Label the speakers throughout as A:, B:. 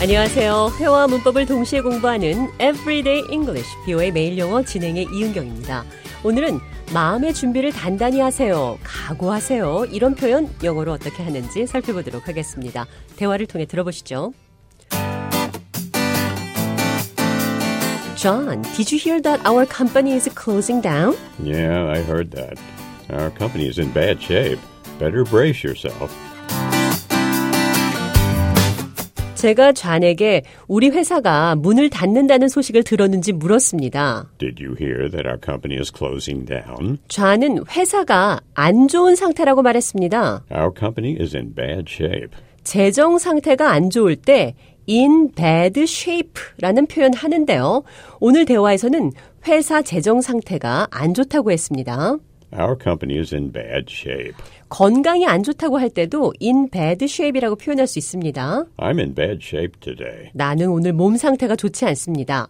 A: 안녕하세요. 회화 문법을 동시에 공부하는 Everyday English 비오의 매일 영어 진행의 이은경입니다. 오늘은 마음의 준비를 단단히 하세요. 각오하세요. 이런 표현 영어로 어떻게 하는지 살펴보도록 하겠습니다. 대화를 통해 들어보시죠. John, did you hear that our company is closing down?
B: Yeah, I heard that. Our company is in bad shape. Better brace yourself.
A: 제가 좌에게 우리 회사가 문을 닫는다는 소식을 들었는지 물었습니다.
B: Did you hear that our company is closing down?
A: 좌는 회사가 안 좋은 상태라고 말했습니다.
B: Our company is in bad shape.
A: 재정 상태가 안 좋을 때 in bad shape라는 표현 하는데요. 오늘 대화에서는 회사 재정 상태가 안 좋다고 했습니다.
B: Our company is in bad shape.
A: 건강이 안 좋다고 할 때도 in bad shape이라고 표현할 수 있습니다.
B: I'm in bad shape today.
A: 나는 오늘 몸 상태가 좋지 않습니다.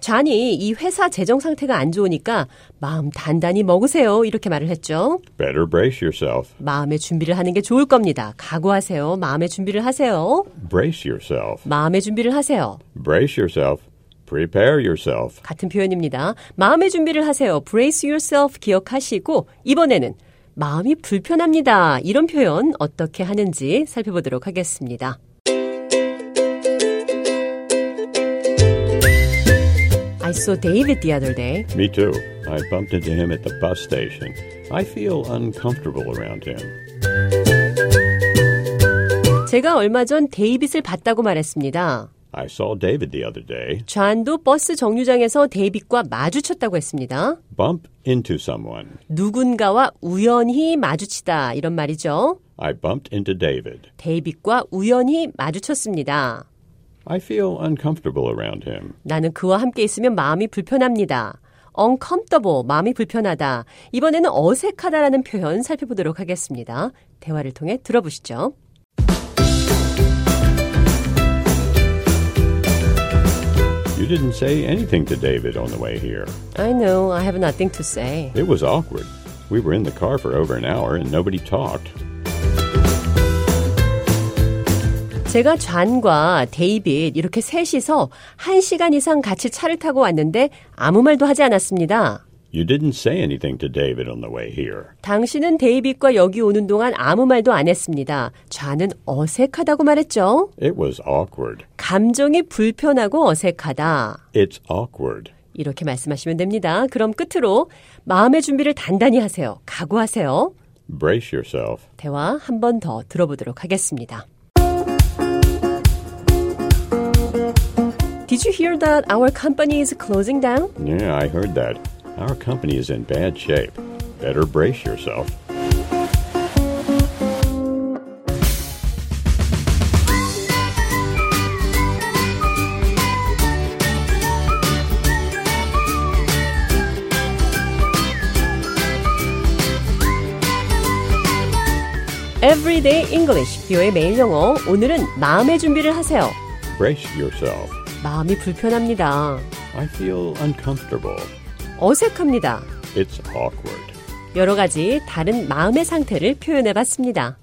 A: 좌니 이 회사 재정 상태가 안 좋으니까 마음 단단히 먹으세요. 이렇게 말을 했죠.
B: Better brace yourself.
A: 마음의 준비를 하는 게 좋을 겁니다. 각오하세요. 마음의 준비를 하세요.
B: Brace yourself.
A: 마음의 준비를 하세요.
B: Brace yourself. Prepare yourself.
A: 같은 표현입니다. 마음의 준비를 하세요. brace yourself 기억하시고 이번에는 마음이 불편합니다. 이런 표현 어떻게 하는지 살펴보도록 하겠습니다. I saw David the other day.
B: Me too. I bumped into him at the bus station. I feel uncomfortable around him.
A: 제가 얼마 전 데이빗을 봤다고 말했습니다.
B: I saw David the other day.
A: 좌안도 버스 정류장에서 데이빗과 마주쳤다고 했습니다.
B: Bump into someone.
A: 누군가와 우연히 마주치다 이런 말이죠.
B: I bumped into David.
A: 데이빗과 우연히 마주쳤습니다.
B: I feel uncomfortable around him.
A: 나는 그와 함께 있으면 마음이 불편합니다. uncomfortable, 마음이 불편하다. 이번에는 어색하다라는 표현 살펴보도록 하겠습니다. 대화를 통해 들어보시죠.
B: You didn't say anything to David on the way here.
A: I know, I have nothing to say.
B: It was awkward. We were in the car for over an hour and nobody talked.
A: 제가 좌과 데이빗 이렇게 셋이서 1시간 이상 같이 차를 타고 왔는데 아무 말도 하지 않았습니다.
B: You didn't say anything to David on the way here.
A: 당신은 데이빗과 여기 오는 동안 아무 말도 안 했습니다. 좌는 어색하다고 말했죠.
B: It was awkward.
A: 감정이 불편하고 어색하다.
B: It's awkward.
A: 이렇게 말씀하시면 됩니다. 그럼 끝으로 마음의 준비를 단단히 하세요. 각오하세요.
B: Brace yourself.
A: 대화 한 번 더 들어보도록 하겠습니다. Did you hear that our company is closing down?
B: Yeah, I heard that. Our company is in bad shape. Better brace yourself.
A: Everyday English, 비오의 매일 영어. 오늘은 마음의 준비를 하세요.
B: Brace yourself.
A: 마음이 불편합니다.
B: I feel uncomfortable.
A: 어색합니다.
B: It's awkward.
A: 여러 가지 다른 마음의 상태를 표현해 봤습니다.